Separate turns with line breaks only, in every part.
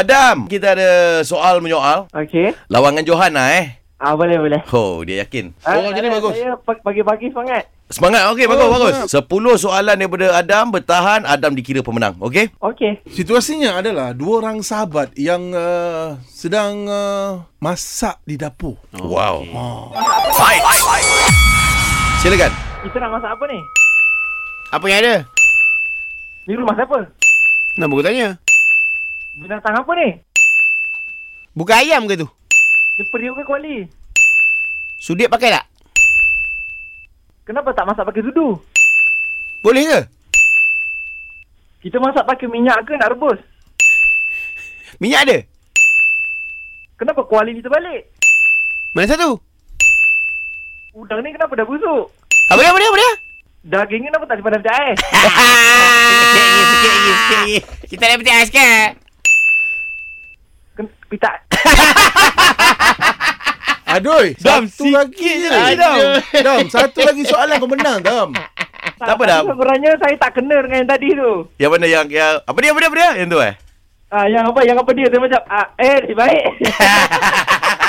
Adam, kita ada soal menyoal.
Okey.
Lawangan Johana eh.
Ah boleh boleh. Ah,
Oh, dia yakin.
Eh?
Orang macam ni
saya-
bagus.
Saya pag- pagi-pagi semangat.
Semangat. Okey,
Oh,
bagus, bagus. Sepuluh soalan daripada Adam bertahan, Adam dikira pemenang. Okey?
Okey.
Situasinya adalah dua orang sahabat yang uh, sedang uh, masak di dapur.
Wow. Fight. Silakan.
Kita nak masak apa ni?
Apa yang ada?
Di rumah siapa?
Kenapa kau tanya?
Binatang apa ni?
Bukan ayam ke tu?
Dia periuk ke kuali?
Sudip pakai tak?
Kenapa tak masak pakai sudu?
Boleh ke?
Kita masak pakai minyak ke nak rebus?
Minyak ada?
Kenapa kuali ni terbalik?
Mana satu?
Udang ni kenapa dah busuk?
Apa dia? Apa dia? Apa dia?
Daging ni kenapa tak simpan dalam air?
Sikit lagi, sikit lagi, sikit lagi. Kita dah petik ais kan?
Ken- Pita.
Adoi,
Dam,
satu lagi je.
lagi, Dam.
Dam. Dam, satu lagi soalan kau menang, Dam.
Tak apa dah.
Sebenarnya saya tak kena dengan yang tadi tu.
Yang mana yang, yang apa dia apa dia apa dia? Yang tu eh.
Ah yang apa yang apa dia saya macam ah eh baik.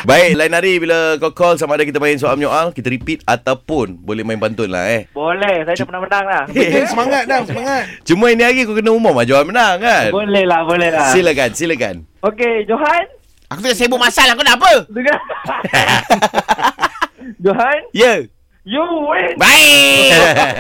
Baik, lain hari bila kau call sama ada kita main soal menyoal, kita repeat ataupun boleh main pantun lah eh.
boleh, saya dah pernah menang lah.
Betul, semangat, Dam, semangat.
Cuma ini hari kau kena umum lah Johan menang kan?
Boleh lah, boleh lah.
Silakan, silakan.
Okey, Johan.
Aku tengah sibuk masalah kau nak apa?
Dengan Johan,
Ya.
you win.
Baik!
Yeah.